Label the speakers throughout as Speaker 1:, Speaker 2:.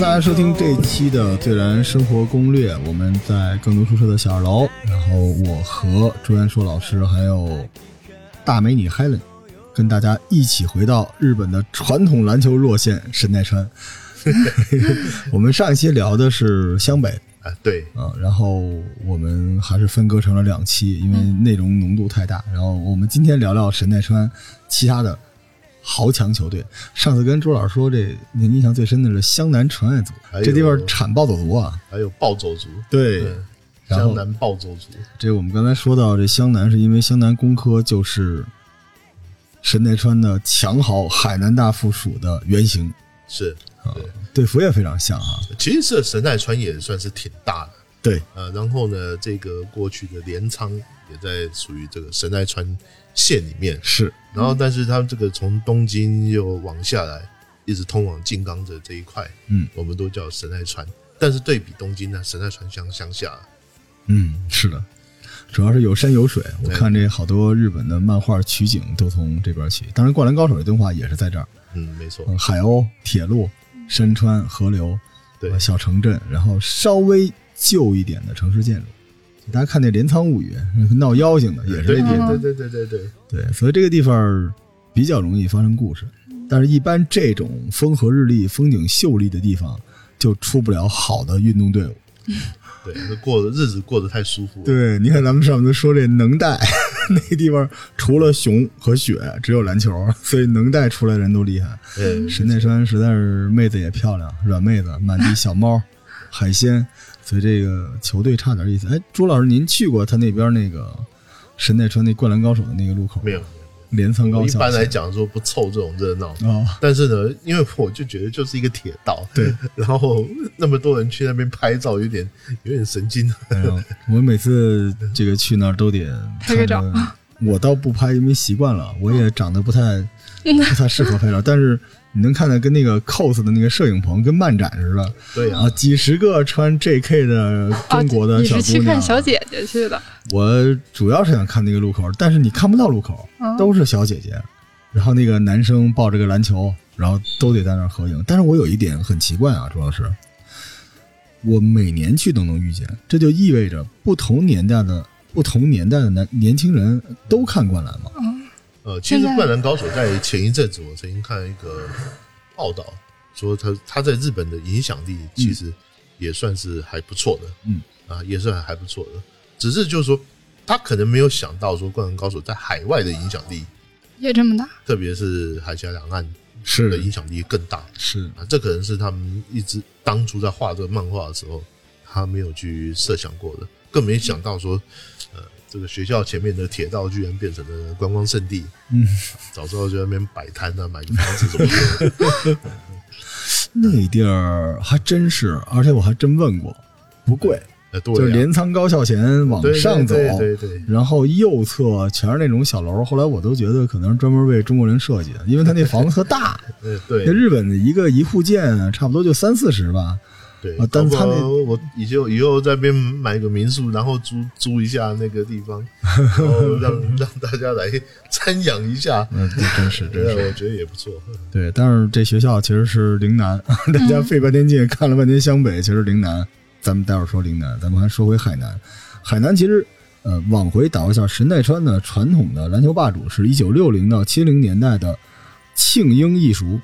Speaker 1: 家收听这期的《最燃生活攻略》，我们在更读书社的小二楼，然后我和朱元硕老师还有大美女 Helen，跟大家一起回到日本的传统篮球弱县神奈川。 我们上一期聊的是湘北
Speaker 2: 啊，对，
Speaker 1: 啊，然后我们还是分割成了两期，因为内容浓度太大。然后我们今天聊聊神奈川其他的豪强球队。上次跟朱老师说，这您印象最深的是湘南纯爱组，
Speaker 2: 哎呦
Speaker 1: 这地方产暴走族啊。
Speaker 2: 还有暴走族，嗯
Speaker 1: 对，然后
Speaker 2: 江南暴走族，
Speaker 1: 这我们刚才说到这湘南，是因为湘南工科就是神奈川的强豪海南大附属的原型，
Speaker 2: 是对，
Speaker 1: 队服也非常像啊。
Speaker 2: 其实这神奈川也算是挺大的，
Speaker 1: 对，
Speaker 2: 呃，然后呢，这个过去的镰仓也在属于这个神奈川县里面，
Speaker 1: 是
Speaker 2: 然后但是它这个从东京又往下来，一直通往静冈的这一块，
Speaker 1: 嗯，
Speaker 2: 我们都叫神奈川，但是对比东京呢，神奈川乡乡下，
Speaker 1: 嗯，是的，主要是有山有水。我
Speaker 2: 对
Speaker 1: 看这好多日本的漫画取景都从这边起，当然《灌篮高手》的动画也是在这儿，
Speaker 2: 嗯，没错，
Speaker 1: 嗯海鸥、铁路、山川、河流、
Speaker 2: 对
Speaker 1: 呃，小城镇，然后稍微旧一点的城市建筑。大家看那《镰仓物语》 闹妖精的也是这
Speaker 2: 对嗯
Speaker 1: 地方，
Speaker 2: 对对对对对，
Speaker 1: 对，所以这个地方儿比较容易发生故事。但是，一般这种风和日丽、风景秀丽的地方，就出不了好的运动队伍。
Speaker 2: 对，那过的日子过得太舒服了，
Speaker 1: 对，你看咱们上面都说这能带， 那地方除了熊和雪，只有篮球， 所以能带出来的人都厉害。
Speaker 2: 嗯，
Speaker 1: 神奈川实在是妹子也漂亮，软妹子，满地小猫， 海鲜，所以这个球队差点意思。哎，朱老师，您去过他那边那个神奈川那灌篮高手的那个路口吗
Speaker 2: 没有，
Speaker 1: 镰仓高
Speaker 2: 我一
Speaker 1: 校
Speaker 2: 般来讲说不凑这种热闹。
Speaker 1: 哦，
Speaker 2: 但是呢，因为我就觉得就是一个铁道，
Speaker 1: 对，
Speaker 2: 然后那么多人去那边拍照，有点有点神经。
Speaker 1: 哎呦，我每次这个去那儿都得
Speaker 3: 拍个照
Speaker 1: 看着。我倒不拍，因为习惯了，我也长得不太
Speaker 3: 嗯
Speaker 1: 不太适合 拍照。但是你能看到跟那个 cos 的那个摄影棚跟漫展似的
Speaker 2: 对啊
Speaker 1: 啊，，几十个穿 JK 的 中国的
Speaker 3: 啊你
Speaker 1: 小
Speaker 3: 是去
Speaker 1: 姑
Speaker 3: 看
Speaker 1: 娘。
Speaker 3: 小姐姐去的？
Speaker 1: 我主要是想看那个路口，但是你看不到路口，
Speaker 3: 嗯
Speaker 1: 都是小姐姐。然后那个男生抱着个篮球，然后都得在那儿合影。但是我有一点很奇怪啊，朱老师，我每年去都能遇见，这就意味着不同年代的不同年代的男年轻人都看灌篮
Speaker 3: 哦
Speaker 1: 吗？
Speaker 2: 呃，其实
Speaker 3: 现在
Speaker 2: 《灌篮高手》在前一阵子，我曾经看一个报道，说他他在日本的影响力其实也算是还不错的，
Speaker 1: 嗯，
Speaker 2: 啊，也算还不错的。只是就是说，他可能没有想到说《灌篮高手》在海外的影响力，
Speaker 3: 也这么大？
Speaker 2: 特别是海峡两岸的
Speaker 1: 是
Speaker 2: 影响力更大。
Speaker 1: 是，
Speaker 2: 啊，这可能是他们一直当初在画这个漫画的时候，他没有去设想过的，更没想到说，呃，这个学校前面的铁道居然变成了观光胜地。
Speaker 1: 嗯，
Speaker 2: 早知道就在那边摆摊啊，买个房子什么的。
Speaker 1: 那地儿还真是，而且我还真问过， 不贵，
Speaker 2: 呃，
Speaker 1: 就
Speaker 2: 对
Speaker 1: 是
Speaker 2: 啊，
Speaker 1: 镰仓高校前往
Speaker 2: 对对
Speaker 1: 上走，
Speaker 2: 对对对，
Speaker 1: 然后右侧全是那种小楼，后来我都觉得可能是专门为中国人设计的，因为他那房子特大，
Speaker 2: 呃
Speaker 1: 那
Speaker 2: 对
Speaker 1: 日本的一个一户建差不多就三四十吧。
Speaker 2: 对
Speaker 1: 啊，但他那
Speaker 2: 搞不好我以后以后在那边买个民宿，然后租租一下那个地方，然 后让让大家来 瞻仰一下，
Speaker 1: 嗯，真是真
Speaker 2: 对 啊，
Speaker 1: 是
Speaker 2: 我觉得也不错。
Speaker 1: 对，但是这学校其实是陵南， 大家费半天劲看了半天湘北，其实陵南。咱们待会儿说陵南，咱们还说回海南。海南其实，呃，往回倒一下，神奈川的传统的篮球霸主是一九六零到七零年代的庆应义塾，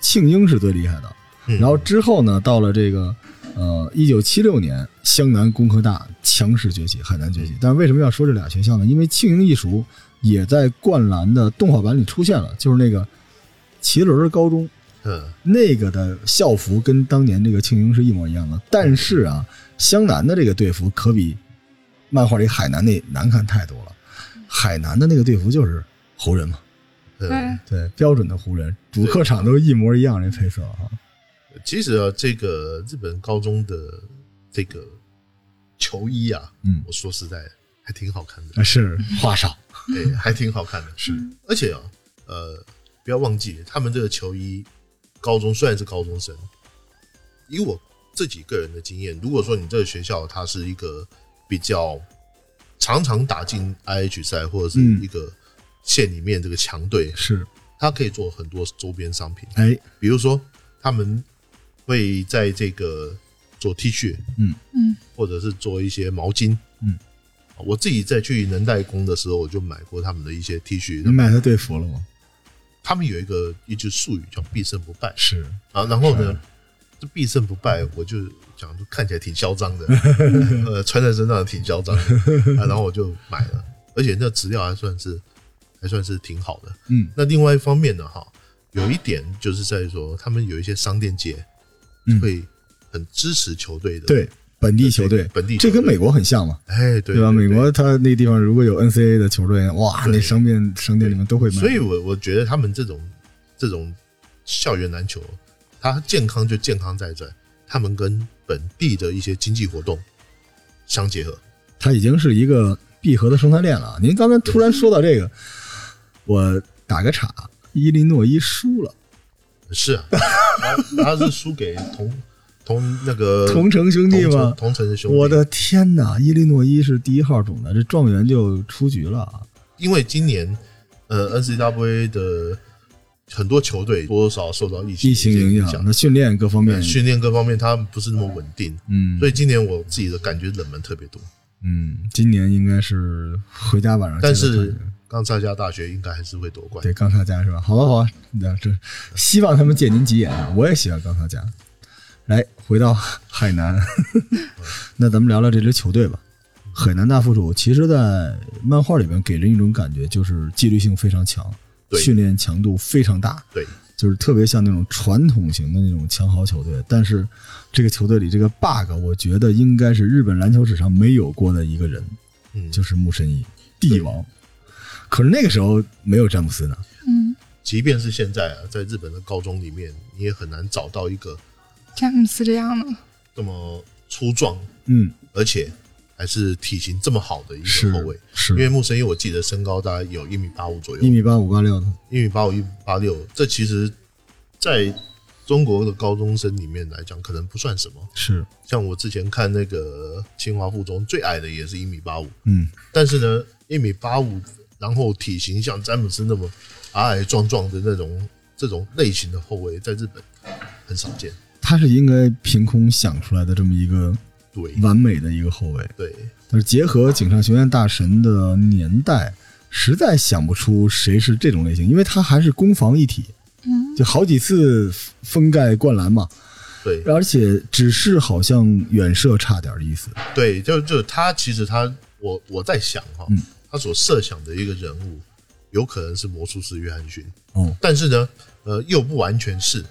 Speaker 1: 庆应是最厉害的。
Speaker 2: 嗯
Speaker 1: 然后之后呢，到了这个呃一九七六年，湘南工科大强势崛起，海南崛起。但是为什么要说这俩学校呢？因为庆应义塾也在灌篮的动画版里出现了，就是那个麒麟高中
Speaker 2: 嗯，
Speaker 1: 那个的校服跟当年这个庆应是一模一样的，但是啊，湘南的这个队服可比漫画里海南那难看太多了。海南的那个队服就是湖人嘛，
Speaker 3: 哎
Speaker 2: 嗯。
Speaker 1: 对，标准的湖人，主客场都一模一样，这配色啊，
Speaker 2: 其实啊，这个日本高中的这个球衣啊，
Speaker 1: 嗯
Speaker 2: 我说实在的还挺 好看的，
Speaker 1: 啊是花哨。
Speaker 2: 对，还挺好看的。是，而且啊，呃，不要忘记他们这个球衣，高中虽然是高中生，以我自己个人的经验，如果说你这个学校它是一个比较常常打进 IH 赛或者是
Speaker 1: 嗯
Speaker 2: 一个县里面这个强队，
Speaker 1: 是，
Speaker 2: 它可以做很多周边商品，
Speaker 1: 哎，
Speaker 2: 比如说他们会在这个做 T 恤，
Speaker 3: 嗯，
Speaker 2: 或者是做一些毛巾，
Speaker 1: 嗯，
Speaker 2: 我自己在去能代工的时候，我就买过他们的一些 T 恤，
Speaker 1: 你买它队服了吗？
Speaker 2: 他们有一个一句术语叫“必胜不败
Speaker 1: 是，”
Speaker 2: 啊，然后
Speaker 1: 是
Speaker 2: 呢，这“必胜不败”我就讲，就看起来挺嚣 张的，呃，穿在身上挺嚣张的、啊，然后我就买了，而且那质量还算是还算是挺好的。
Speaker 1: 嗯
Speaker 2: 那另外一方面呢，哈，有一点就是在说，他们有一些商店街
Speaker 1: 嗯，
Speaker 2: 会很支持球队的，
Speaker 1: 对，本地球
Speaker 2: 对
Speaker 1: 队，
Speaker 2: 本地球
Speaker 1: 这
Speaker 2: 队
Speaker 1: 跟美国很像嘛，
Speaker 2: 哎，对
Speaker 1: 对吧？
Speaker 2: 对
Speaker 1: 美国它那地方如果有 NCAA 的球队，哇，
Speaker 2: 对
Speaker 1: 那商店商店里面都会卖。
Speaker 2: 所以我我觉得他们这种这种校园篮球，它健康就健康在这，他们跟本地的一些经济活动相结合。
Speaker 1: 它已经是一个闭合的生态链了。您刚才突然说到这个，我打个岔，伊利诺伊输了，
Speaker 2: 是啊，他他是输给同同那个
Speaker 1: 同城兄弟
Speaker 2: 呃同
Speaker 1: 吗
Speaker 2: 城？同城的兄弟，
Speaker 1: 我的天哪！伊利诺伊是第一号种的，这状元就出局了啊。
Speaker 2: 因为今年呃 NCAA 的很多球队多多少少受到疫情
Speaker 1: 疫情影响，那训练各方面
Speaker 2: 对，训练各方面它不是那么稳定，
Speaker 1: 嗯，
Speaker 2: 所以今年我自己的感觉冷门特别多。
Speaker 1: 嗯，今年应该是回家晚上接着看
Speaker 2: 但
Speaker 1: 去，
Speaker 2: 是刚参加大学应该还是会夺冠。
Speaker 1: 对冈察加是吧？好吧，好吧，那这希望他们借您吉言啊！我也喜欢冈察加。来，回到海南， 那咱们聊聊这支球队吧。海南大附属其实，在漫画里面给人一种感觉，就是纪律性非常强，
Speaker 2: 对
Speaker 1: 训练强度非常大，
Speaker 2: 对，
Speaker 1: 就是特别像那种传统型的那种强豪球队。但是，这个球队里这个 bug，我觉得应该是日本篮球史上没有过的一个人，
Speaker 2: 嗯，
Speaker 1: 就是木神一帝王。可是那个时候没有詹姆斯呢。
Speaker 3: 嗯，
Speaker 2: 即便是现在啊，在日本的高中里面，你也很难找到一个
Speaker 3: 詹姆斯这样的，
Speaker 2: 这么粗壮，
Speaker 1: 嗯，
Speaker 2: 而且还是体型这么好的一
Speaker 1: 是
Speaker 2: 个后卫。因为
Speaker 1: 是
Speaker 2: 木神一，我记得身高大概有一米八五左
Speaker 1: 嗯一
Speaker 2: 右，
Speaker 1: 米八五八六的，
Speaker 2: 一米八五、一米八六，这其实在中国的高中生里面来讲，可能不算什么。
Speaker 1: 是
Speaker 2: 像我之前看那个清华附中，最矮的也是一米八五，
Speaker 1: 嗯，
Speaker 2: 但是呢，一米八五，然后体型像詹姆斯那么矮矮壮壮的那种这种类型的后卫，在日本很少见。
Speaker 1: 他是应该凭空想出来的这么一个
Speaker 2: 对
Speaker 1: 完美的一个后卫，
Speaker 2: 对，
Speaker 1: 但是结合井上学院大神的年代，实在想不出谁是这种类型，因为他还是攻防一体，
Speaker 3: 嗯，
Speaker 1: 就好几次封盖灌篮嘛，
Speaker 2: 对
Speaker 1: 而且只是好像远射差点意思，
Speaker 2: 对，就就他其实他我我在想哈、
Speaker 1: 嗯
Speaker 2: 他所设想的一个人物，有可能是魔术师约翰逊，
Speaker 1: 哦，
Speaker 2: 但是呢，呃，又不完全是，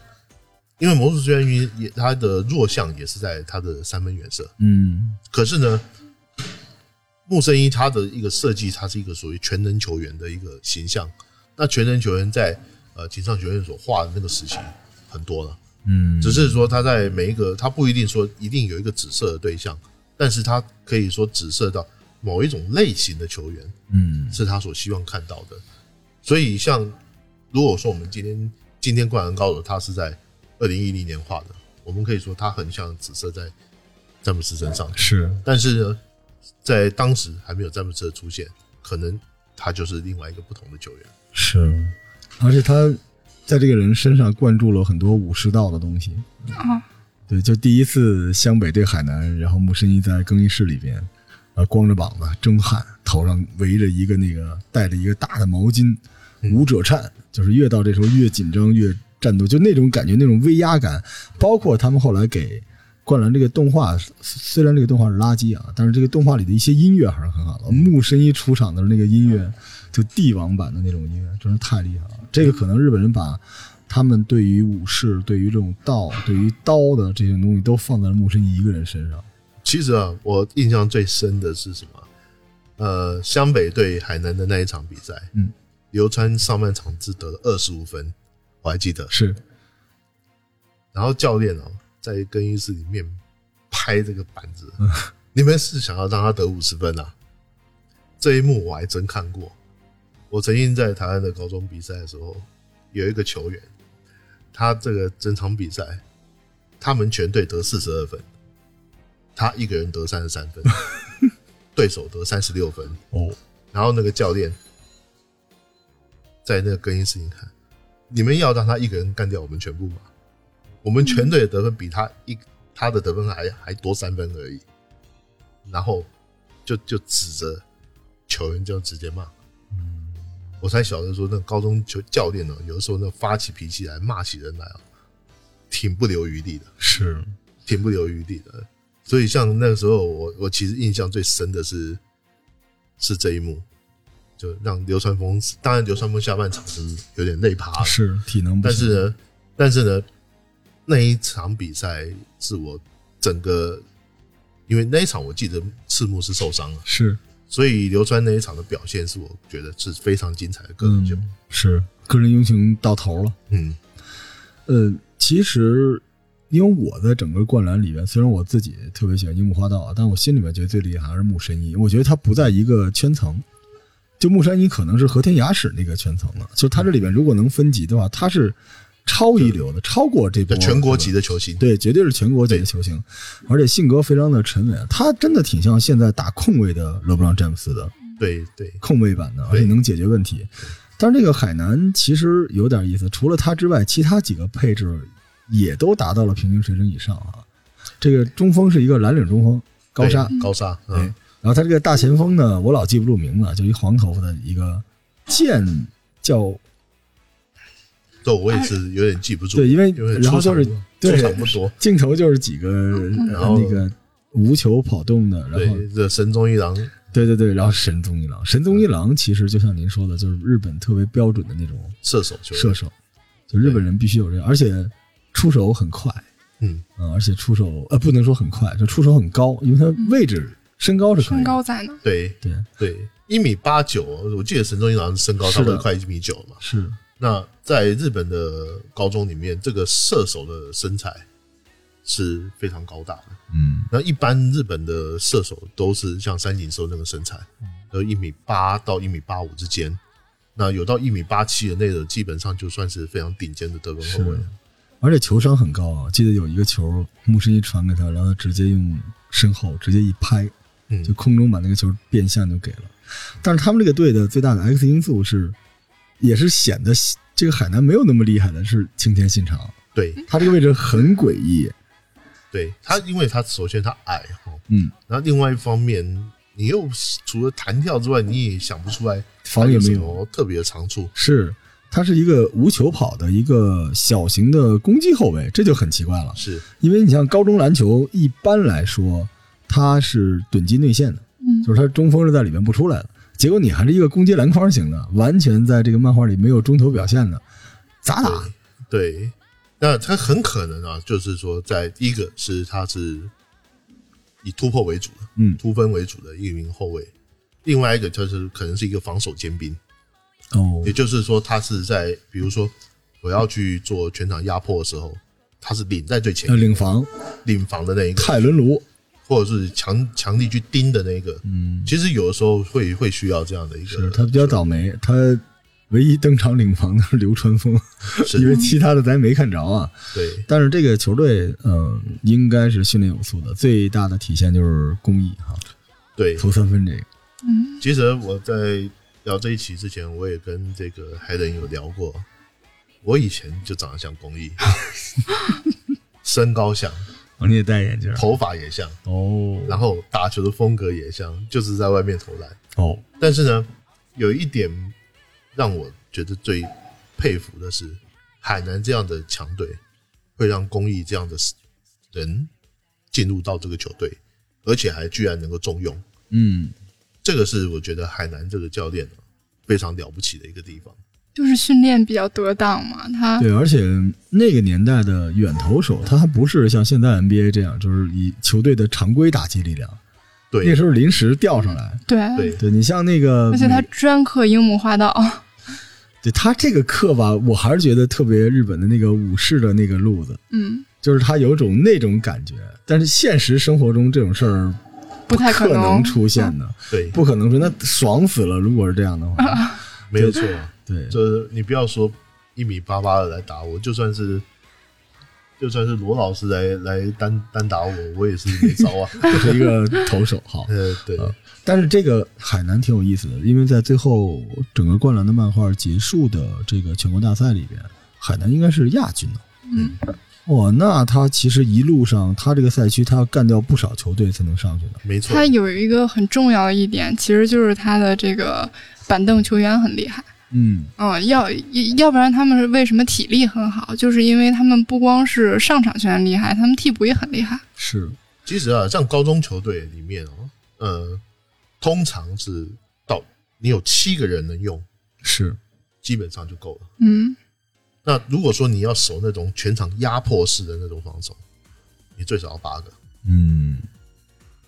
Speaker 2: 因为魔术师约翰逊也他的弱项也是在他的三分远射，
Speaker 1: 嗯
Speaker 2: 可是呢，木圣一他的一个设计，他是一个属于全能球员的一个形象。那全能球员在呃井上学院所画的那个时期很多了，
Speaker 1: 嗯，
Speaker 2: 只是说他在每一个，他不一定说一定有一个指涉的对象，但是他可以说指涉到某一种类型的球员
Speaker 1: 嗯
Speaker 2: 是他所希望看到的。所以像如果说我们今天今天灌篮高手，他是在二零一零年画的，我们可以说他很像指涉在詹姆斯身上。
Speaker 1: 是
Speaker 2: 但是呢，在当时还没有詹姆斯的出现，可能他就是另外一个不同的球员。
Speaker 1: 是，而且他在这个人身上灌注了很多武士道的东西。
Speaker 3: 啊，
Speaker 1: 对，就第一次湘北对海南，然后木申一在更衣室里边，呃，光着膀子蒸汗，头上围着一个那个带着一个大的毛巾，舞者颤，就是越到这时候越紧张越战斗，就那种感觉，那种威压感。包括他们后来给灌篮这个动画，虽虽然这个动画是垃圾啊，但是这个动画里的一些音乐还是很好的。木申一出场的那个音乐，就帝王版的那种音乐，真是太厉害了。这个可能日本人把他们对于武士、对于这种道、对于刀的这种东西，都放在了木申一一个人身上。
Speaker 2: 其实啊，我印象最深的是什么？呃，湘北对海南的那一场比赛，
Speaker 1: 嗯，
Speaker 2: 刘川上半场只得了二十五分，我还记得。
Speaker 1: 是，
Speaker 2: 然后教练哦，在更衣室里面拍这个板子，你们是想要让他得五十分啊？这一幕我还真看过。我曾经在台湾的高中比赛的时候，有一个球员，他这个整场比赛，他们全队得四十二分，他一个人得三十三分，对手得三十六分。
Speaker 1: 哦，
Speaker 2: 然后那个教练在那个更衣室里看，你们要让他一个人干掉我们全部吗？我们全队的得分比他一他的得分还还多三分而已，然后就就指着球员这样直接骂。我才晓得说，那高中球教练呢，有的时候那发起脾气来骂起人来啊，挺不留余地的，
Speaker 1: 是，
Speaker 2: 挺不留余地的。所以像那个时候，我我其实印象最深的是是这一幕，就让流川枫，当然流川枫下半场是有点累趴了，
Speaker 1: 是体能不
Speaker 2: 啊但
Speaker 1: 行，
Speaker 2: 是呢，但是呢，那一场比赛是我整个，因为那一场我记得赤木是受伤了，
Speaker 1: 是
Speaker 2: 所以流川那一场的表现是我觉得是非常精彩的个人秀。
Speaker 1: 嗯是个人英雄到头了。
Speaker 2: 嗯
Speaker 1: 呃，其实因为我在整个灌篮里面，虽然我自己特别喜欢樱木花道啊，但我心里面觉得最厉害还是木神一。我觉得他不在一个圈层，就木山一可能是和田雅史那个圈层了。就他这里面如果能分级的话，他是超一流的，超过这波
Speaker 2: 对，全国
Speaker 1: 对吧
Speaker 2: 级的球星，
Speaker 1: 对，绝对是全国级的球星，而且性格非常的沉稳，他真的挺像现在打控卫的勒布朗詹姆斯的
Speaker 2: 对对
Speaker 1: 控卫版的，而
Speaker 2: 对
Speaker 1: 且能解决问题。但是这个海南其实有点意思，除了他之外，其他几个配置也都达到了平均水准以上啊。这个中锋是一个蓝领中锋，高沙，
Speaker 2: 对高沙，
Speaker 1: 对，
Speaker 2: 嗯，
Speaker 1: 然后他这个大前锋呢，我老记不住名字，就一黄头发的一个剑叫
Speaker 2: 这我也是有点记不住，
Speaker 1: 对因为然后
Speaker 2: 出场
Speaker 1: 就是
Speaker 2: 出
Speaker 1: 对
Speaker 2: 场不多，
Speaker 1: 镜头就是几个
Speaker 2: 嗯
Speaker 1: 呃那个无球跑动的，然后
Speaker 2: 对，这神宗一郎，
Speaker 1: 对对对，然后神宗一郎，神宗一郎其实就像您说的，就是日本特别标准的那种
Speaker 2: 射手球员
Speaker 1: 射，手，就日本人必须有这个，而且出手很快，
Speaker 2: 嗯，
Speaker 1: 嗯，而且出手呃不能说很快，就出手很高，因为他位置身高是可以的
Speaker 3: 嗯身高在呢，
Speaker 2: 对
Speaker 1: 对
Speaker 2: 对，一米八九，我记得神宗一郎身高差不
Speaker 1: 是
Speaker 2: 多
Speaker 1: 的
Speaker 2: 快一米九嘛，
Speaker 1: 是
Speaker 2: 那在日本的高中里面，这个射手的身材是非常高大的。
Speaker 1: 嗯
Speaker 2: 那一般日本的射手都是像三井寿那个身材，
Speaker 1: 嗯
Speaker 2: 呃，一米八到一米八五之间。那有到一米八七的那种，基本上就算是非常顶尖的得分后卫
Speaker 1: 是
Speaker 2: 了。
Speaker 1: 而且球商很高啊，记得有一个球牧师一传给他，然后他直接用身后直接一拍，
Speaker 2: 嗯
Speaker 1: 就空中把那个球变向就给了。但是他们这个队的最大的 X 因素是，也是显得这个海南没有那么厉害的是青田信长，
Speaker 2: 对
Speaker 1: 他这个位置很诡异。
Speaker 2: 对，他因为他首先他矮哈，
Speaker 1: 嗯，
Speaker 2: 那另外一方面，你又除了弹跳之外，你也想不出来他
Speaker 1: 防也
Speaker 2: 有
Speaker 1: 没
Speaker 2: 什
Speaker 1: 有
Speaker 2: 么特别的长处。
Speaker 1: 是他是一个无球跑的一个小型的攻击后卫，这就很奇怪了。
Speaker 2: 是
Speaker 1: 因为你像高中篮球，一般来说他是趸进内线的，
Speaker 3: 嗯
Speaker 1: 就是他中锋是在里面不出来的。结果你还是一个攻击篮筐型的，完全在这个漫画里没有中投表现的，咋打？
Speaker 2: 对，那他很可能啊，就是说，在第一个是他是以突破为主的，
Speaker 1: 嗯
Speaker 2: 突分为主的一名后卫；另外一个就是可能是一个防守尖兵，
Speaker 1: 哦
Speaker 2: 也，就是说，他是在比如说我要去做全场压迫的时候，他是领在最前
Speaker 1: 要
Speaker 2: 面
Speaker 1: 领防
Speaker 2: 领防的那一个，
Speaker 1: 泰伦卢，
Speaker 2: 或者是强强力去盯的那一个。
Speaker 1: 嗯，
Speaker 2: 其实有的时候会会需要这样的一个，
Speaker 1: 是他比较倒霉，他唯一登场领防的是流川枫，因为
Speaker 2: 是，
Speaker 1: 其他的咱没看着啊。
Speaker 2: 对
Speaker 1: 但是这个球队，嗯、应该是训练有素的，最大的体现就是公益哈，
Speaker 2: 对。
Speaker 1: 投三分这个，
Speaker 3: 嗯
Speaker 2: 其实我在聊这一期之前，我也跟这个海人有聊过，我以前就长得像 公益，身高像，
Speaker 1: 哦，你也戴眼镜儿
Speaker 2: 头发也像，
Speaker 1: 哦，
Speaker 2: 然后打球的风格也像，就是在外面投篮。
Speaker 1: 哦，
Speaker 2: 但是呢，有一点让我觉得最佩服的是，海南这样的强队会让公益这样的人进入到这个球队，而且还居然能够重用。
Speaker 1: 嗯，
Speaker 2: 这个是我觉得海南这个教练、啊、非常了不起的一个地方。
Speaker 3: 就是训练比较得当嘛，他
Speaker 1: 对，而且那个年代的远投手，他还不是像现在 NBA 这样，就是以球队的常规打击力量，
Speaker 2: 对，
Speaker 1: 那时候临时调上来。
Speaker 3: 对
Speaker 2: 对
Speaker 1: 对你像那个，
Speaker 3: 而且他专克樱木花道，
Speaker 1: 对他这个课吧，我还是觉得特别日本的那个武士的那个路子，
Speaker 3: 嗯，
Speaker 1: 就是他有种那种感觉，但是现实生活中这种事儿
Speaker 3: 不太
Speaker 1: 可
Speaker 3: 能
Speaker 1: 能出现的，
Speaker 2: 对，
Speaker 1: 不可能说那爽死了。如果是这样的话，
Speaker 2: 没有错。
Speaker 1: 对，
Speaker 2: 就是你不要说一米八八的来打我，就算是就算是罗老师来来单单打我，我也是没招啊。
Speaker 1: 这是一个投手好。
Speaker 2: 呃，对，
Speaker 1: 但是这个海南挺有意思的，因为在最后整个灌篮的漫画结束的这个全国大赛里边，海南应该是亚军的。
Speaker 3: 嗯，
Speaker 1: 哇，那他其实一路上，他这个赛区他要干掉不少球队才能上去的。
Speaker 2: 没错
Speaker 3: 他，有一个很重要的一点，其实就是他的这个板凳球员很厉害。
Speaker 1: 嗯，
Speaker 3: 嗯，要要不然他们是为什么体力很好？就是因为他们不光是上场球员厉害，他们替补也很厉害。
Speaker 1: 是，
Speaker 2: 其实啊，像高中球队里面哦，呃，通常是到你有七个人能用，
Speaker 1: 是，
Speaker 2: 基本上就够了。
Speaker 3: 嗯，
Speaker 2: 那如果说你要守那种全场压迫式的那种防守，你最少要八个。
Speaker 1: 嗯，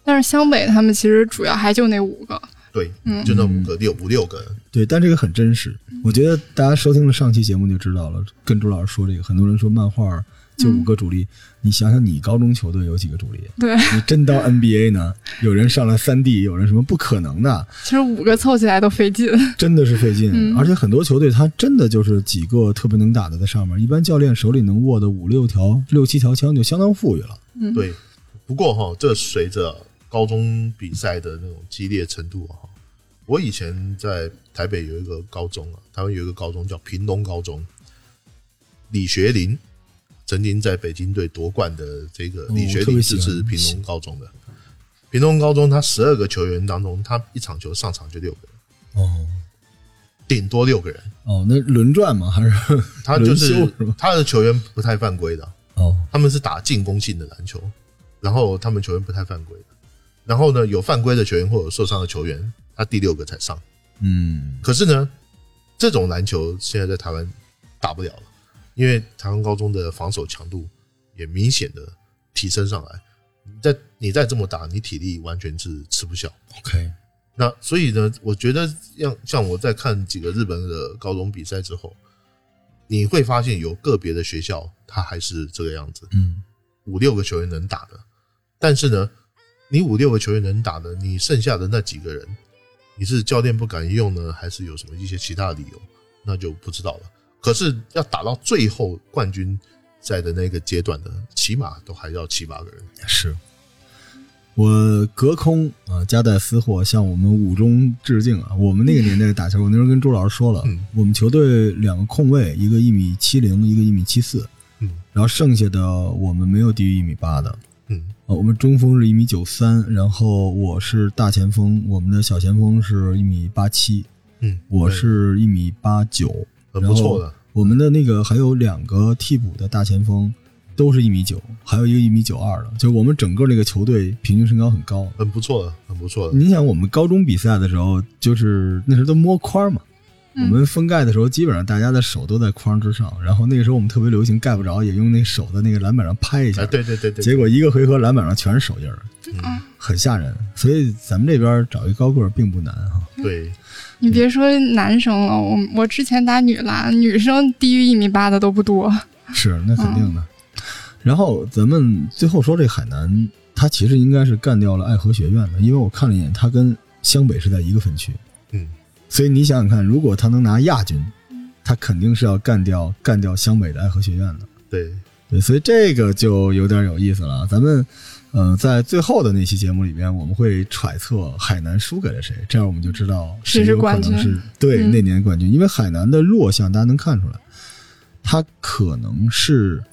Speaker 3: 但是湘北他们其实主要还就那五个。
Speaker 2: 对，
Speaker 3: 嗯
Speaker 2: 就那五个六五六个人，
Speaker 1: 对，但这个很真实。我觉得大家收听了上期节目就知道了，跟朱老师说这个，很多人说漫画就五个主力，你想想你高中球队有几个主力？
Speaker 3: 对，
Speaker 1: 你真到 NBA 呢，有人上了三 D，有人什么不可能的，
Speaker 3: 其实五个凑起来都费劲。
Speaker 1: 真的是费劲。
Speaker 3: 嗯
Speaker 1: 而且很多球队他真的就是几个特别能打的在上面，一般教练手里能握的五六条、六七条枪就相当富裕了。
Speaker 3: 嗯，
Speaker 2: 对。不过哈、这随着高中比赛的那种激烈程度哈、啊我以前在台北有一个高中啊，台湾有一个高中叫屏东高中，李学林曾经在北京队夺冠的这个
Speaker 1: 哦
Speaker 2: 李学
Speaker 1: 我特
Speaker 2: 林
Speaker 1: 别
Speaker 2: 是
Speaker 1: 喜欢
Speaker 2: 是屏东高中的。屏东高中他十二个球员当中，他一场球上场就六个人，
Speaker 1: 哦
Speaker 2: 顶多六个人。
Speaker 1: 哦，那轮转吗？还是
Speaker 2: 他就是
Speaker 1: 轮休是吗
Speaker 2: 他的球员不太犯规的，啊
Speaker 1: 哦
Speaker 2: 他们是打进攻性的篮球，然后他们球员不太犯规的。然后呢，有犯规的球员或者受伤的球员，他第六个才上。
Speaker 1: 嗯
Speaker 2: 可是呢，这种篮球现在在台湾打不了了，因为台湾高中的防守强度也明显的提升上来。你再你再这么打，你体力完全是吃不消。
Speaker 1: ，OK，
Speaker 2: 那所以呢，我觉得像像我在看几个日本的高中比赛之后，你会发现有个别的学校它还是这个样子，
Speaker 1: 嗯
Speaker 2: 五六个球员能打的，但是呢，你五六个球员能打的，你剩下的那几个人，你是教练不敢用呢，还是有什么一些其他的理由，那就不知道了。可是要打到最后冠军赛的那个阶段呢，起码都还要七八个人。
Speaker 1: 是。我隔空啊，夹带私货向我们五中致敬啊！我们那个年代打球，我那时候跟周老师说了，
Speaker 2: 嗯
Speaker 1: 我们球队两个控卫，一个一米七零，一个一米七四，
Speaker 2: 嗯
Speaker 1: 然后剩下的我们没有低于一米八的
Speaker 2: 嗯
Speaker 1: 啊。我们中锋是一米九三，然后我是大前锋，我们的小前锋是一米八七，
Speaker 2: 嗯，
Speaker 1: 我是一米八九，
Speaker 2: 很不错的。
Speaker 1: 我们的那个还有两个替补的大前锋，都是一米九，还有一个一米九二的，就是我们整个那个球队平均身高很高。
Speaker 2: 很不错的，很不错的。
Speaker 1: 你想，我们高中比赛的时候，就是那时候都摸框嘛，我
Speaker 3: 嗯
Speaker 1: 们封盖的时候，基本上大家的手都在框之上。然后那个时候我们特别流行盖不着，也用那手在那个篮板上拍一下。
Speaker 2: 哎，对对对对，
Speaker 1: 结果一个回合篮板上全是手印儿，
Speaker 2: 嗯
Speaker 1: 很吓人。所以咱们这边找一高个儿并不难啊哈。
Speaker 2: 对，
Speaker 3: 你别说男生了，我我之前打女篮，女生低于一米八的都不多。
Speaker 1: 是，那肯定的。然后咱们最后说这海南，他其实应该是干掉了爱河学院的，因为我看了一眼，他跟湘北是在一个分区，
Speaker 2: 嗯，
Speaker 1: 所以你想想看，如果他能拿亚军，他肯定是要干掉干掉湘北的爱河学院的。
Speaker 2: 对，
Speaker 1: 对，所以这个就有点有意思了。啊咱们，呃，在最后的那期节目里边，我们会揣测海南输给了谁，这样我们就知道
Speaker 3: 谁
Speaker 1: 有
Speaker 3: 是
Speaker 1: 可
Speaker 3: 冠
Speaker 1: 能
Speaker 3: 军
Speaker 1: 是对
Speaker 3: 嗯
Speaker 1: 那年冠军。因为海南的弱项大家能看出来，他可能是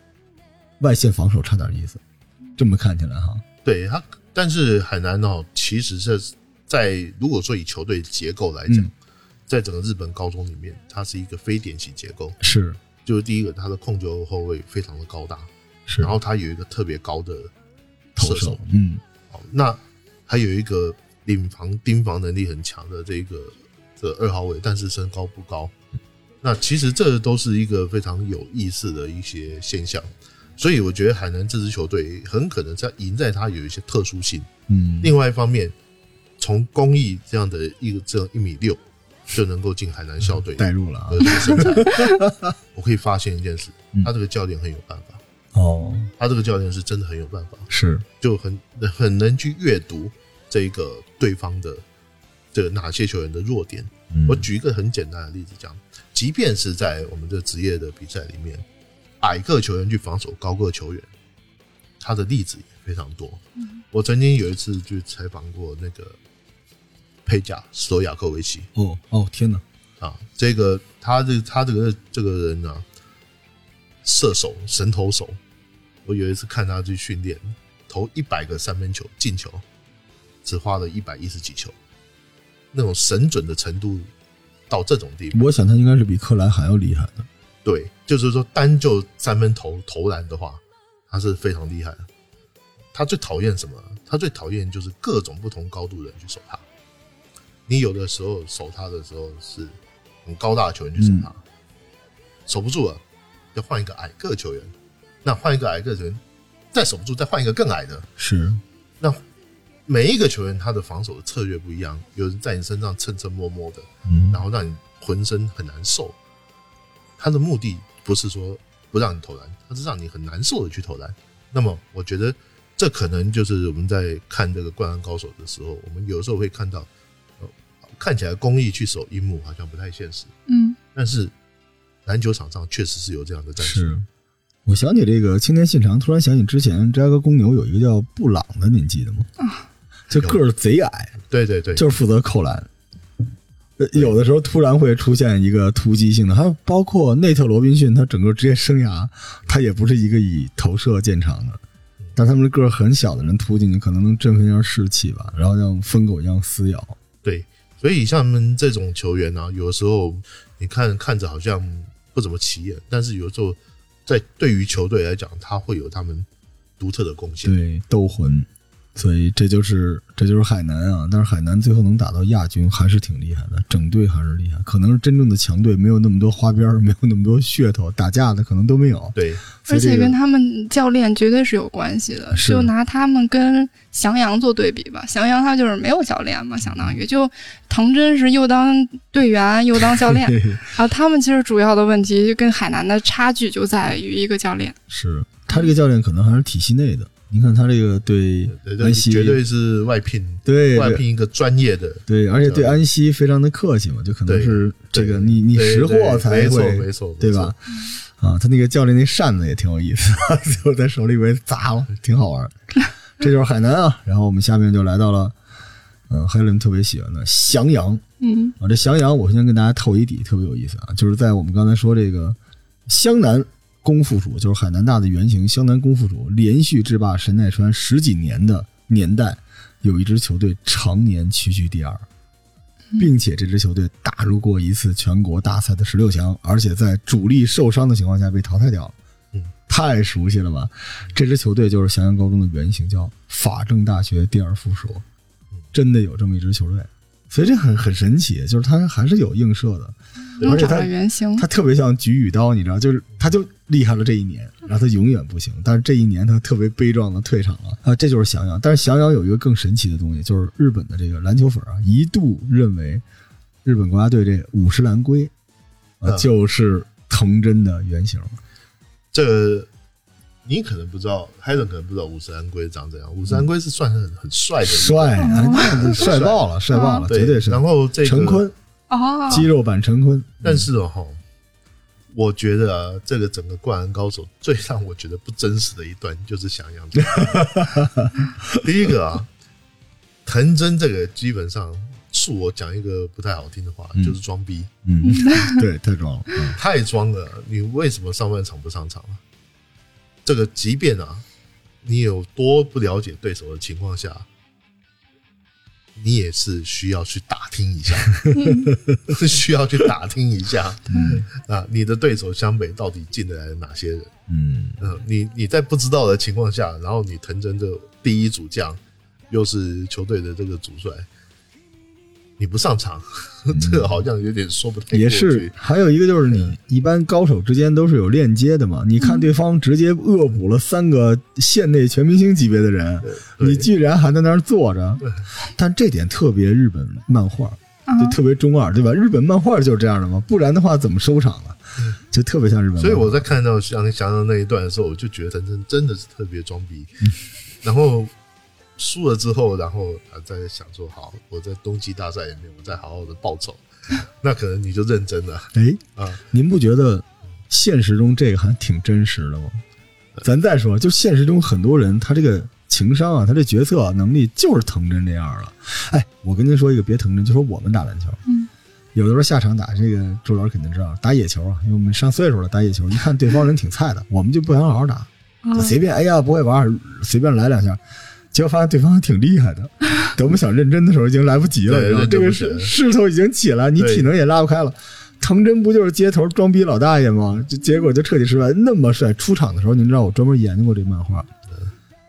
Speaker 1: 外线防守差点意思。这么看起来哈，
Speaker 2: 对他，但是海南哦，其实是在如果说以球队结构来讲，
Speaker 1: 嗯，
Speaker 2: 在整个日本高中里面，它是一个非典型结构。
Speaker 1: 是
Speaker 2: 就是第一个，他的控球后卫非常的高大，
Speaker 1: 是
Speaker 2: 然后他有一个特别高的
Speaker 1: 嗯投
Speaker 2: 射
Speaker 1: 手，嗯，
Speaker 2: 好那还有一个领防盯防能力很强的这个这二号位，但是身高不高。
Speaker 1: 嗯
Speaker 2: 那其实这都是一个非常有意思的一些现象，所以我觉得海南这支球队很可能在赢在它有一些特殊性。
Speaker 1: 嗯，
Speaker 2: 另外一方面，从公益这样的一个这样一米六就能够进海南校队
Speaker 1: 代入了啊
Speaker 2: 的，这个身材，我可以发现一件事
Speaker 1: 嗯，
Speaker 2: 他这个教练很有办法，
Speaker 1: 哦，
Speaker 2: 他这个教练是真的很有办法。
Speaker 1: 是
Speaker 2: 就很很能去阅读这一个对方的这个哪些球员的弱点。
Speaker 1: 嗯
Speaker 2: 我举一个很简单的例子讲，即便是在我们的职业的比赛里面，矮个球员去防守高个球员，他的例子也非常多。我曾经有一次去采访过那个佩贾斯托亚科维奇
Speaker 1: 哦哦天哪，
Speaker 2: 啊，这个他这他这个这个人呢、啊，射手神投手，我有一次看他去训练，投一百个三分球进球，只花了一百一十几球，那种神准的程度到这种地步。
Speaker 1: 我想他应该是比克莱还要厉害的。
Speaker 2: 对，就是说单就三分投投篮的话，他是非常厉害的。他最讨厌什么？他最讨厌就是各种不同高度的人去守他。你有的时候守他的时候是很高大的球员去守他，守不住了，要换一个矮个球员。那换一个矮个球员，再守不住，再换一个更矮的。
Speaker 1: 是，
Speaker 2: 那每一个球员他的防守的策略不一样，有人在你身上蹭蹭摸摸的，
Speaker 1: 嗯
Speaker 2: 然后让你浑身很难受。他的目的不是说不让你投篮，他是让你很难受的去投篮。那么，我觉得这可能就是我们在看这个《灌篮高手》的时候，我们有时候会看到，呃，看起来公益去守樱木好像不太现实，
Speaker 3: 嗯
Speaker 2: 但是篮球场上确实是有这样的战术。
Speaker 1: 是。我想起这个青年信长，突然想起之前芝加哥公牛有一个叫布朗的，您记得吗？就个儿贼矮，
Speaker 2: 对对对，
Speaker 1: 就是负责扣篮。呃有的时候突然会出现一个突击性的，还有包括内特罗宾逊，他整个职业生涯他也不是一个以投射见长的，但他们个儿很小的人突进去，可能能振奋一下士气吧，然后像疯狗一样撕咬。
Speaker 2: 对，所以像他们这种球员呢、有的时候你看看着好像不怎么起眼，但是有时候在对于球队来讲，他会有他们独特的贡献。
Speaker 1: 对，斗魂，所以这就是这就是海南啊。但是海南最后能打到亚军，还是挺厉害的，整队还是厉害。可能是真正的强队，没有那么多花边儿，没有那么多噱头，打架的可能都没有。
Speaker 2: 对
Speaker 1: 所以
Speaker 3: 而且
Speaker 1: 这个
Speaker 3: 跟他们教练绝对是有关系的。
Speaker 1: 是，
Speaker 3: 就拿他们跟翔阳做对比吧，翔阳他就是没有教练嘛，相当于就藤真是又当队员又当教练
Speaker 1: 嘿嘿
Speaker 3: 然后他们其实主要的问题就跟海南的差距就在于一个教练。
Speaker 1: 是他这个教练可能还是体系内的。您看他这个对
Speaker 2: 对对，
Speaker 1: 安西，
Speaker 2: 呃绝对是外聘，
Speaker 1: 对
Speaker 2: 外
Speaker 1: 对
Speaker 2: 聘一个专业的。
Speaker 1: 对，而且对安西非常的客气嘛，就可能
Speaker 2: 对
Speaker 1: 是这
Speaker 2: 对
Speaker 1: 个你你
Speaker 2: 对
Speaker 1: 识货
Speaker 2: 对
Speaker 1: 才
Speaker 2: 没错
Speaker 1: 会
Speaker 2: 没错，
Speaker 1: 对
Speaker 2: 没错
Speaker 1: 吧？？啊，他那个教练那扇子也挺有意思， 最后在手里给砸 了，挺好玩儿。这就是海南啊。然后我们下面就来到了，嗯、呃，黑人特别喜欢的翔阳
Speaker 3: 嗯
Speaker 1: 啊。这翔阳，我先跟大家透一底，特别有意思啊，就是在我们刚才说这个湘南功附属，就是海南大的原型，湘南功附属连续制霸神奈川十几年的年代，有一支球队常年屈居第二。
Speaker 2: 嗯
Speaker 1: 并且这支球队打入过一次全国大赛的十六强，而且在主力受伤的情况下被淘汰掉了。
Speaker 2: 嗯，
Speaker 1: 太熟悉了吧？这支球队就是翔阳高中的原型，叫法政大学第二附属
Speaker 2: 嗯，
Speaker 1: 真的有这么一支球队，所以这很很神奇，就是它还是有映射的，
Speaker 2: 对
Speaker 3: 能
Speaker 1: 而且
Speaker 3: 找
Speaker 1: 它
Speaker 3: 到原型。
Speaker 1: 他特别像菊与刀，你知道，就是他就厉害了这一年，然后他永远不行。但是这一年他特别悲壮的退场了啊，这就是翔阳。但是翔阳有一个更神奇的东西，就是日本的这个篮球粉啊，一度认为日本国家队这五十岚圭啊
Speaker 2: 嗯
Speaker 1: 就是藤真的原型。
Speaker 2: 这个你可能不知道，海伦可能不知道五十安龟长怎样。五十安龟是算很很帅的一个，
Speaker 1: 帅啊，
Speaker 3: 哦
Speaker 1: 帅爆 了，帅爆了，绝
Speaker 2: 对
Speaker 1: 是
Speaker 2: 然。后这个
Speaker 1: 陈坤，
Speaker 3: 哦，
Speaker 1: 肌肉版陈坤，
Speaker 2: 但是哦，吼我觉得啊，这个整个《灌篮高手》最让我觉得不真实的一段就是翔阳。第一个啊，藤真这个基本上恕我讲一个不太好听的话，
Speaker 1: 嗯
Speaker 2: 就是装逼，
Speaker 1: 嗯，对，太壮了，嗯
Speaker 2: 太装了。你为什么上半场不上场啊？这个即便啊，你有多不了解对手的情况下，你也是需要去打听一下， 需要去打听一下。
Speaker 1: 嗯
Speaker 2: 啊，你的对手湘北到底进得来的哪些人？
Speaker 1: 嗯，
Speaker 2: 嗯，你你在不知道的情况下，然后你藤真的第一主将，又是球队的这个主帅，你不上场， 这个好像有点说不太过去
Speaker 1: 也是，还有一个就是你一般高手之间都是有链接的嘛。
Speaker 2: 嗯
Speaker 1: 你看对方直接恶补了三个县内全明星级别的人，
Speaker 2: 对对
Speaker 1: 你居然还在那儿坐着，但这点特别日本漫画，就
Speaker 3: 哦
Speaker 1: 特别中二，对吧？日本漫画就是这样的嘛，不然的话怎么收场啊？就特别像日本漫画。
Speaker 2: 所以我在看到翔翔的那一段的时候，我就觉得藤真真的是特别装 逼。然后输了之后，然后啊，在想说，好，我在冬季大赛里面，我再好好的报 仇，那可能你就认真了
Speaker 1: 哎，
Speaker 2: 啊。
Speaker 1: 您不觉得现实中这个还挺真实的吗？咱再说，就现实中很多人，他这个情商啊，他这决策、啊、能力就是藤真这样了。哎，我跟您说一个，别藤真，就说我们打篮球，
Speaker 3: 嗯，
Speaker 1: 有的时候下场打这个朱老师肯定知道，打野球啊，因为我们上岁数了，打野球，一看对方人挺菜的，我们就不想好好打，
Speaker 3: 嗯哦
Speaker 1: 就随便哎呀不会玩，随便来两下，结果发现对方还挺厉害的。等我们想认真的时候，已经来不及了，
Speaker 2: 对
Speaker 1: 你知道吗
Speaker 2: 认
Speaker 1: 这
Speaker 2: 真
Speaker 1: 个
Speaker 2: 不
Speaker 1: 势势
Speaker 2: 行
Speaker 1: 头已经起来，你
Speaker 2: 对
Speaker 1: 体能也拉不开了。藤真不就是街头装逼老大爷吗？就结果就彻底失败。那么帅，出场的时候，您知道我专门研究过这漫画，
Speaker 2: 嗯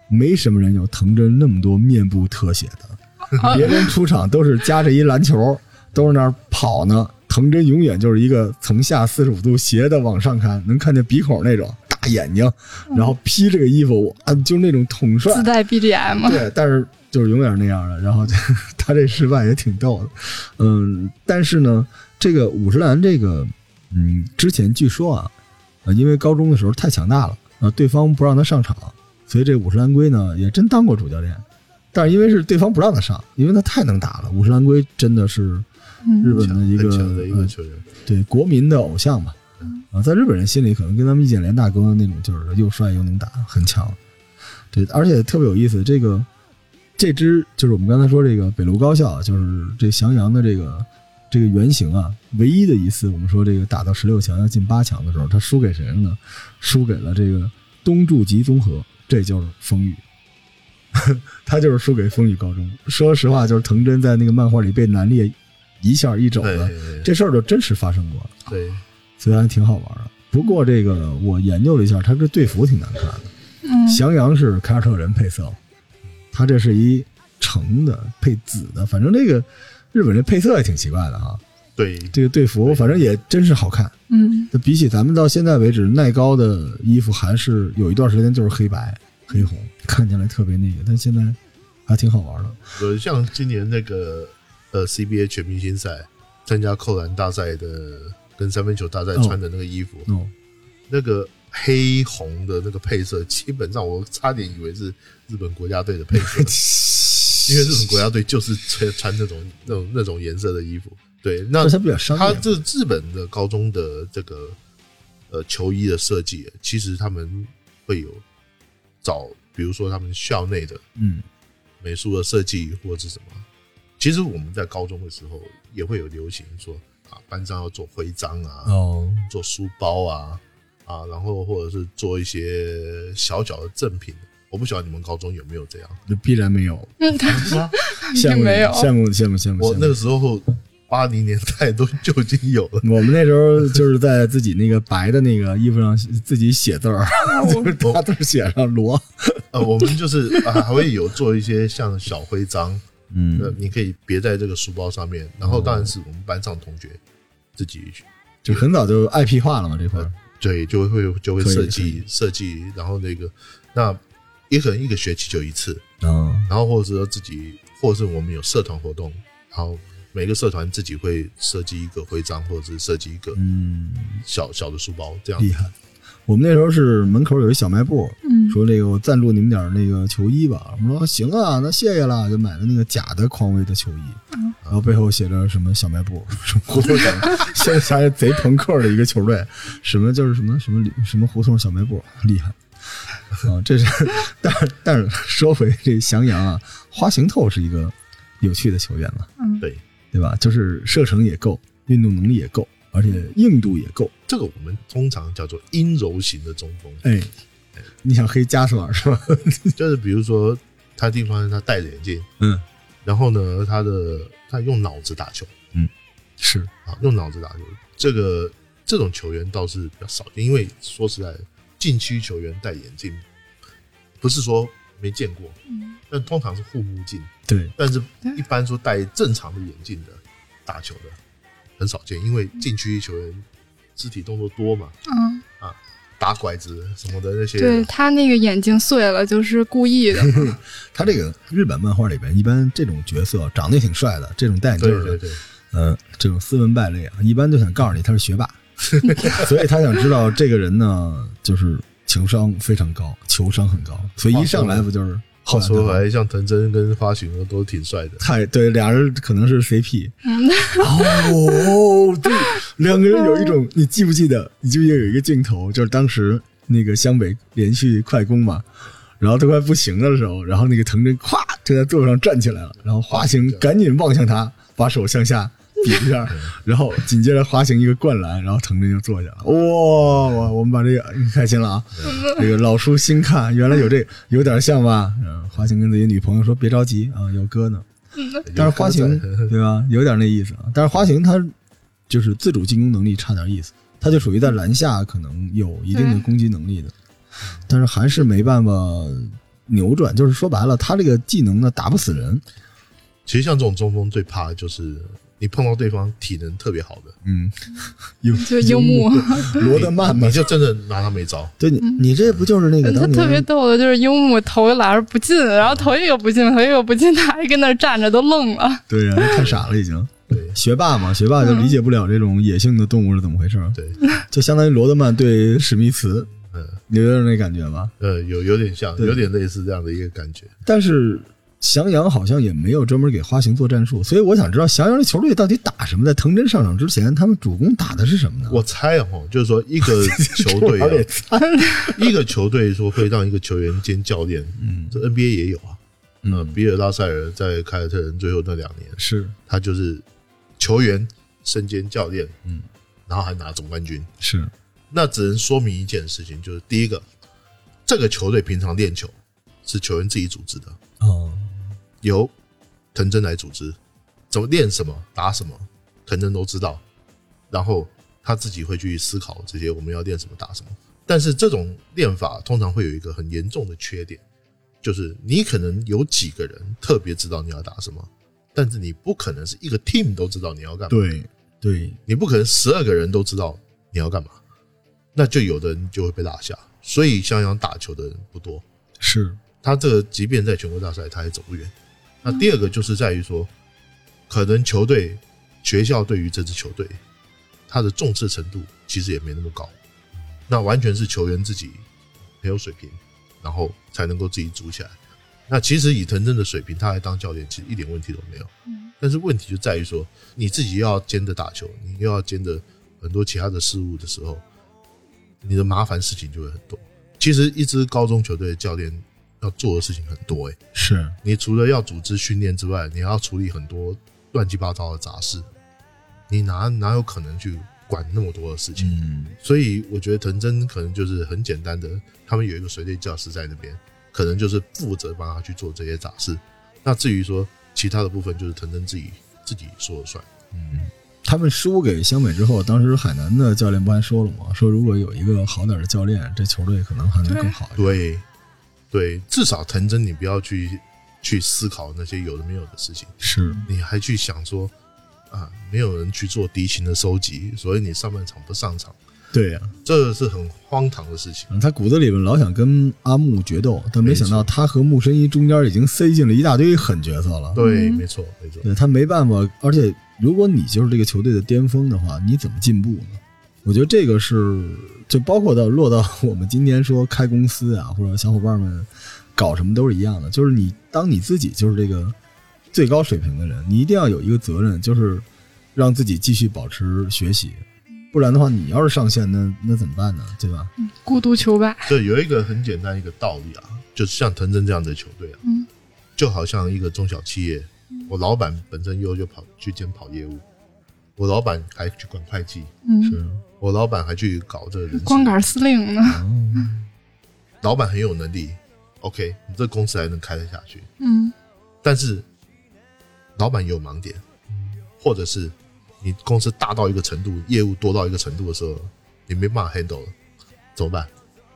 Speaker 1: 没什么人有藤真那么多面部特写的。
Speaker 3: 啊
Speaker 1: 别人出场都是夹着一篮球，都是那儿跑呢。藤真永远就是一个从下四十五度斜的往上看，能看见鼻孔那种大眼睛，然后披这个衣服，啊，就是那种统帅
Speaker 3: 自。带 BGM，
Speaker 1: 对，但是就是永远是那样的。然后就他这失败也挺逗的，嗯，但是呢，这个五十岚这个，嗯，之前据说啊，呃，因为高中的时候太强大了，啊，对方不让他上场，所以这五十岚圭呢也真当过主教练，但是因为是对方不让他上，因为他太能打了，五十岚圭真的是日
Speaker 3: 嗯，
Speaker 1: 本的一个
Speaker 2: 很强的一个
Speaker 1: 呃
Speaker 2: 球员，
Speaker 1: 对国民的偶像吧。啊，在日本人心里，可能跟咱们易建联大哥那种，就是又帅又能打，很强。对，而且特别有意思，这个这支就是我们刚才说这个北陆高校啊，就是这翔阳的这个这个原型啊，唯一的一次我们说这个打到十六强要进八强的时候，他输给谁了呢？输给了这个东筑集综合，这就是风雨。 他就是输给风雨高中。说实话，就是藤真在那个漫画里被南烈一下一肘
Speaker 2: 对
Speaker 1: 子，
Speaker 2: 对
Speaker 1: 这事儿就真实发生过。
Speaker 2: 对，
Speaker 1: 虽然挺好玩的。不过这个我研究了一下，他这队服挺难看的。
Speaker 3: 嗯
Speaker 1: 翔阳是凯尔特人配色，他这是一橙的配紫的，反正这个日本这配色也挺奇怪的啊。
Speaker 2: 对
Speaker 1: 这个队服反正也真是好看。
Speaker 3: 嗯
Speaker 1: 那比起咱们到现在为止耐高的衣服，还是有一段时间就是黑白黑红，看起来特别那个，但现在还挺好玩的。
Speaker 2: 呃，像今年那个呃 CBA 全明星赛参加扣篮大赛的跟三分球大赛
Speaker 1: 哦
Speaker 2: 穿的那个衣服，
Speaker 1: 哦，
Speaker 2: 那个黑红的那个配色，基本上我差点以为是日本国家队的 配色，因为日本国家队就是穿穿那种那种那种颜色的衣服。对，那
Speaker 1: 它比较商
Speaker 2: 他
Speaker 1: 业，啊
Speaker 2: 这日本的高中的这个呃球衣的设计，啊其实他们会有找，比如说他们校内的
Speaker 1: 嗯，
Speaker 2: 美术的设计或者是什么。其实我们在高中的时候也会有流行说啊，班上要做徽章啊，
Speaker 1: 哦，
Speaker 2: 做书包啊啊，然后或者是做一些小小的赠品。我不晓得你们高中有没有这样，
Speaker 1: 这必然没有，
Speaker 3: 嗯，他
Speaker 1: 羡慕你
Speaker 3: 没有
Speaker 1: 羡慕羡慕羡慕。
Speaker 2: 我
Speaker 1: 羡慕
Speaker 2: 那个时候八零年代都就已经有了。
Speaker 1: 我们那时候就是在自己那个白的那个衣服上自己写字儿， 就是大字写上罗，
Speaker 2: 呃，我们就是、啊、还会有做一些像小徽章，呃
Speaker 1: 嗯，，
Speaker 2: 你可以别在这个书包上面。然后当然是我们班上同学自己去
Speaker 1: 就很早就 IP 化了嘛这块儿，
Speaker 2: 对，就会就会
Speaker 1: 可以
Speaker 2: 设
Speaker 1: 可
Speaker 2: 计设计，然后那个那也可能一个学期就一次，
Speaker 1: 嗯，
Speaker 2: 然后或者是说自己，或者是我们有社团活动，然后每个社团自己会设计一个徽章，或者是设计一个
Speaker 1: 嗯，
Speaker 2: 小小的书包这样。
Speaker 1: 厉害。我们那时候是门口有一小卖部，
Speaker 3: 嗯
Speaker 1: 说那个我赞助你们点儿那个球衣吧。我们说行啊，那谢谢啦，就买了那个假的匡威的球衣，然后背后写着什么小卖部，什么胡同小卖，乡下贼朋克的一个球队，什么就是什么什么里什么胡同小卖部，厉害。啊，这是，但是但是说回这翔阳啊，花行透是一个有趣的球员嘛，
Speaker 3: 嗯
Speaker 2: 对，
Speaker 1: 对吧？就是射程也够，运动能力也够，而且硬度也够。
Speaker 2: 这个我们通常叫做阴柔型的中锋，
Speaker 1: 哎，你想黑加索尔是吧？
Speaker 2: 就是比如说他地方他戴着眼镜，
Speaker 1: 嗯，
Speaker 2: 然后呢他的他用脑子打球
Speaker 1: 是，
Speaker 2: 啊，用脑子打球，这个这种球员倒是比较少见，因为说实在，禁区球员戴眼镜不是说没见过，
Speaker 3: 嗯
Speaker 2: 但通常是护目镜。
Speaker 1: 对，
Speaker 2: 但是
Speaker 3: 对
Speaker 2: 一般说戴正常的眼镜的打球的很少见，因为禁区球员肢体动作多嘛，
Speaker 3: 嗯，
Speaker 2: 打拐子什么的那些，
Speaker 3: 对他那个眼睛碎了，就是故意 的，
Speaker 1: 他这个日本漫画里边，一般这种角色长得也挺帅的，这种戴眼镜
Speaker 2: 对
Speaker 1: 儿
Speaker 2: 对
Speaker 1: 的，
Speaker 2: 对，
Speaker 1: 嗯，这种斯文败类啊，一般就想告诉你他是学霸， 所以他想知道这个人呢，就是情商非常高，球商很高，所以一上来不就是
Speaker 2: 话
Speaker 1: 后来
Speaker 2: 说回来，像藤真跟花巡都挺帅的，
Speaker 1: 太对，俩人可能是 CP，
Speaker 3: 嗯
Speaker 1: 哦，对，两个人有一种，你记不记得？你记不记得有一个镜头，就是当时那个湘北连续快攻嘛，然后都快不行了的时候，然后那个藤真咵就在座位上站起来了，然后花行赶紧望向他，把手向下比一下，然后紧接着滑行一个灌篮，然后藤真就坐下了。哇、我我们把这个你开心了啊！这个老叔新看，原来有这有点像吧？嗯，花行跟自己女朋友说别着急啊，有哥呢。但是花行 对吧，有点那意思啊。但是花行他就是自主进攻能力差点意思，他就属于在篮下可能有一定的攻击能力的，但是还是没办法扭转。就是说白了，他这个技能呢打不死人，
Speaker 2: 其实像这种中锋最怕的就是你碰到对方体能特别好的，
Speaker 1: 嗯， 有
Speaker 3: 就是樱木，
Speaker 1: 罗德曼嘛
Speaker 2: 你，就真的拿他没招。
Speaker 1: 对你你这不就是那个
Speaker 3: 嗯他
Speaker 1: 当
Speaker 3: 特别
Speaker 1: 年
Speaker 3: 逗的，就是樱木头一老是不进， 然后头一个不进，头一个不进，他还跟那儿站着都愣了。
Speaker 1: 对 呀、太傻了已 经。
Speaker 2: 对
Speaker 1: 学霸嘛，学霸就理解不了这种野性的动物是怎么回事儿，
Speaker 2: 对，
Speaker 1: 就相当于罗德曼对史密斯，
Speaker 2: 嗯
Speaker 1: 有点那感觉吧。
Speaker 2: 呃，有有点像，
Speaker 1: 对
Speaker 2: 有点类似这样的一个感觉。
Speaker 1: 但是翔阳好像也没有专门给花形做战术，所以我想知道翔阳的球队到底打什么？在藤真上场之前，他们主攻打的是什么呢？
Speaker 2: 我猜哦，就是说一个球 队、
Speaker 1: 我得猜，
Speaker 2: 啊，一个球队说会让一个球员兼教练，
Speaker 1: 嗯
Speaker 2: 这 NBA 也有啊。呃，
Speaker 1: 嗯，
Speaker 2: 比尔拉塞尔在凯尔特人最后那两年，
Speaker 1: 是
Speaker 2: 他就是球员身兼教练，
Speaker 1: 嗯，
Speaker 2: 然后还拿总冠军。
Speaker 1: 是，
Speaker 2: 那只能说明一件事情，就是第一个，这个球队平常练球是球员自己组织的，
Speaker 1: 哦，
Speaker 2: 由藤真来组织，怎么练什么打什么，藤真都知道。然后他自己会去思考这些我们要练什么打什么。但是这种练法通常会有一个很严重的缺点，就是你可能有几个人特别知道你要打什么，但是你不可能是一个 team 都知道你要干嘛。
Speaker 1: 对对，
Speaker 2: 你不可能十二个人都知道你要干嘛，那就有的人就会被落下。所以襄阳打球的人不多，
Speaker 1: 是
Speaker 2: 他这个即便在全国大赛，他也走不远。那第二个就是在于说，可能球队、学校对于这支球队，他的重视程度其实也没那么高，那完全是球员自己很有水平，然后才能够自己组起来。那其实以藤真的水平，他来当教练，其实一点问题都没有。但是问题就在于说，你自己又要兼着打球，你又要兼着很多其他的事物的时候，你的麻烦事情就会很多。其实一支高中球队的教练要做的事情很多、欸，
Speaker 1: 是，
Speaker 2: 你除了要组织训练之外，你还要处理很多乱七八糟的杂事，你哪哪有可能去管那么多的事情？
Speaker 1: 嗯
Speaker 2: 所以我觉得藤真可能就是很简单的，他们有一个随队教师在那边，可能就是负责帮他去做这些杂事。那至于说其他的部分，就是藤真自己自己说了算。
Speaker 1: 他们输给湘北之后，当时海南的教练不还说了吗？说如果有一个好点的教练，这球队可能还能更好一点。
Speaker 2: 对，对，至少藤真你不要去去思考那些有的没有的事情，
Speaker 1: 是，
Speaker 2: 你还去想说啊，没有人去做敌情的收集，所以你上半场不上场，
Speaker 1: 对呀、嗯
Speaker 2: 这是很荒唐的事情。
Speaker 1: 他骨子里边老想跟阿木决斗，但没
Speaker 2: 没错
Speaker 1: 想到他和木神一中间已经塞进了一大堆狠角色了。
Speaker 2: 对，
Speaker 3: 嗯
Speaker 2: 没错，没错。
Speaker 1: 对他没办法，而且如果你就是这个球队的巅峰的话，你怎么进步呢？我觉得这个是就包括到落到我们今天说开公司啊，或者小伙伴们搞什么都是一样的，就是你当你自己就是这个最高水平的人，你一定要有一个责任，就是让自己继续保持学习，不然的话，你要是上线，那那怎么办呢？对吧？
Speaker 3: 孤独求败，
Speaker 2: 这有一个很简单一个道理啊，就是像藤真这样的球队啊，
Speaker 3: 嗯
Speaker 2: 就好像一个中小企业，我老板本身又就跑去兼跑业务，我老板还去管会计，
Speaker 3: 嗯，
Speaker 2: 我老板还去搞这个人事，
Speaker 3: 光杆司令呢，
Speaker 2: 老板很有能力，OK，你这公司还能开得下去。
Speaker 3: 嗯
Speaker 2: 但是老板也有盲点，或者是你公司大到一个程度，业务多到一个程度的时候，你没办法 handle 了，怎么办？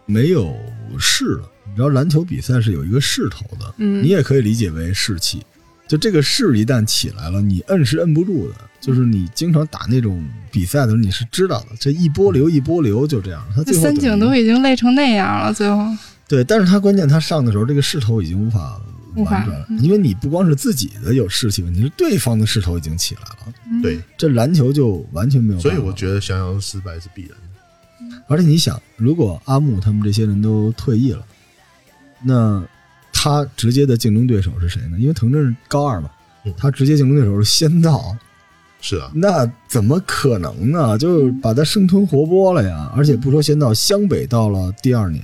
Speaker 1: 没有势了。你知道篮球比赛是有一个势头的，
Speaker 3: 嗯
Speaker 1: 你也可以理解为士气。就这个势一旦起来了，你摁是摁不住的。就是你经常打那种比赛的时候，你是知道的，这一波流一波流就这样。他
Speaker 3: 这
Speaker 1: 最后
Speaker 3: 三井
Speaker 1: 等于
Speaker 3: 都已经累成那样了，最后，
Speaker 1: 对，但是他关键他上的时候，这个势头已经无法
Speaker 3: 无法嗯
Speaker 1: 婉转了，因为你不光是自己的有士气问题，是对方的势头已经起来了。
Speaker 3: 嗯
Speaker 2: 对，
Speaker 1: 这篮球就完全没有办法
Speaker 2: 所
Speaker 1: 了。
Speaker 2: 以我觉得襄阳失败是必然的。
Speaker 1: 而且你想，如果阿木他们这些人都退役了，那他直接的竞争对手是谁呢？因为藤真是高二嘛
Speaker 2: 嗯，
Speaker 1: 他直接竞争对手是仙道，
Speaker 2: 是啊，
Speaker 1: 那怎么可能呢？就是把他生吞活剥了呀！而且不说仙道，湘北到了第二年，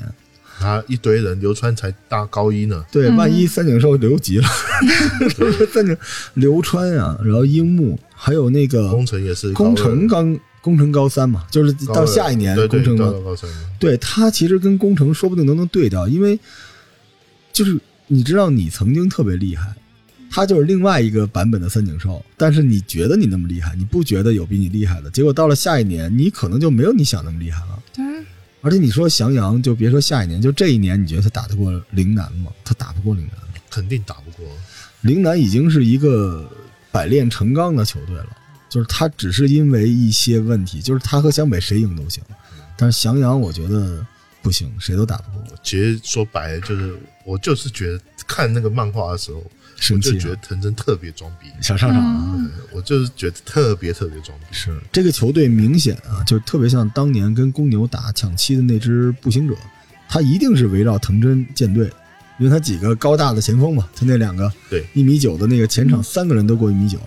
Speaker 2: 他一堆人，流川才大高一呢，
Speaker 1: 对，
Speaker 3: 嗯
Speaker 1: 万一三井寿留级了，三井流川啊，然后樱木，还有那个
Speaker 2: 工程也是高二
Speaker 1: 工程刚工程高三嘛，就是
Speaker 2: 高
Speaker 1: 到
Speaker 2: 二
Speaker 1: 下一年
Speaker 2: 对
Speaker 1: 工
Speaker 2: 对
Speaker 1: 程
Speaker 2: 到
Speaker 1: 高
Speaker 2: 到高三了，
Speaker 1: 对他其实跟工程说不定都能对调，因为就是你知道你曾经特别厉害，他就是另外一个版本的三井寿，但是你觉得你那么厉害，你不觉得有比你厉害的，结果到了下一年，你可能就没有你想那么厉害了。
Speaker 3: 对，
Speaker 1: 而且你说翔阳，就别说下一年，就这一年，你觉得他打得过陵南吗？他打不过陵南，
Speaker 2: 肯定打不过。
Speaker 1: 陵南已经是一个百炼成钢的球队了，就是他只是因为一些问题，就是他和湘北谁赢都行，
Speaker 2: 嗯
Speaker 1: 但是翔阳我觉得不行，谁都打不过。
Speaker 2: 其实说白了，就是我就是觉得看那个漫画的时候，我
Speaker 1: 生
Speaker 2: 就
Speaker 1: 气、啊
Speaker 2: 觉得藤真特别装逼，
Speaker 1: 想上场啊。
Speaker 3: 嗯
Speaker 2: 我就是觉得特别特别装逼。
Speaker 1: 是这个球队明显啊，就特别像当年跟公牛打抢七的那支步行者，他一定是围绕藤真建队，因为他几个高大的前锋嘛，他那两个
Speaker 2: 对
Speaker 1: 一米九的那个前场三个人都过一米九，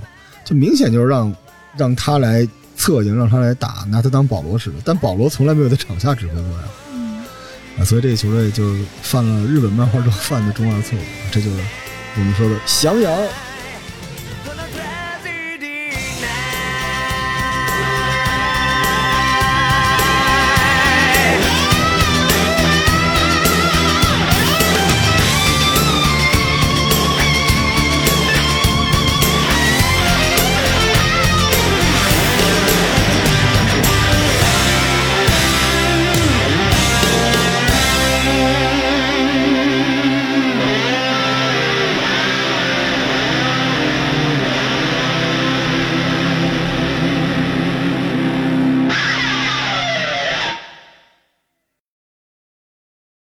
Speaker 1: 就明显就是让让他来策应，让他来打，拿他当保罗使的，但保罗从来没有在场下指挥过呀。啊，所以这个球队就犯了日本漫画中犯的中二错误，这就是我们说的降阳。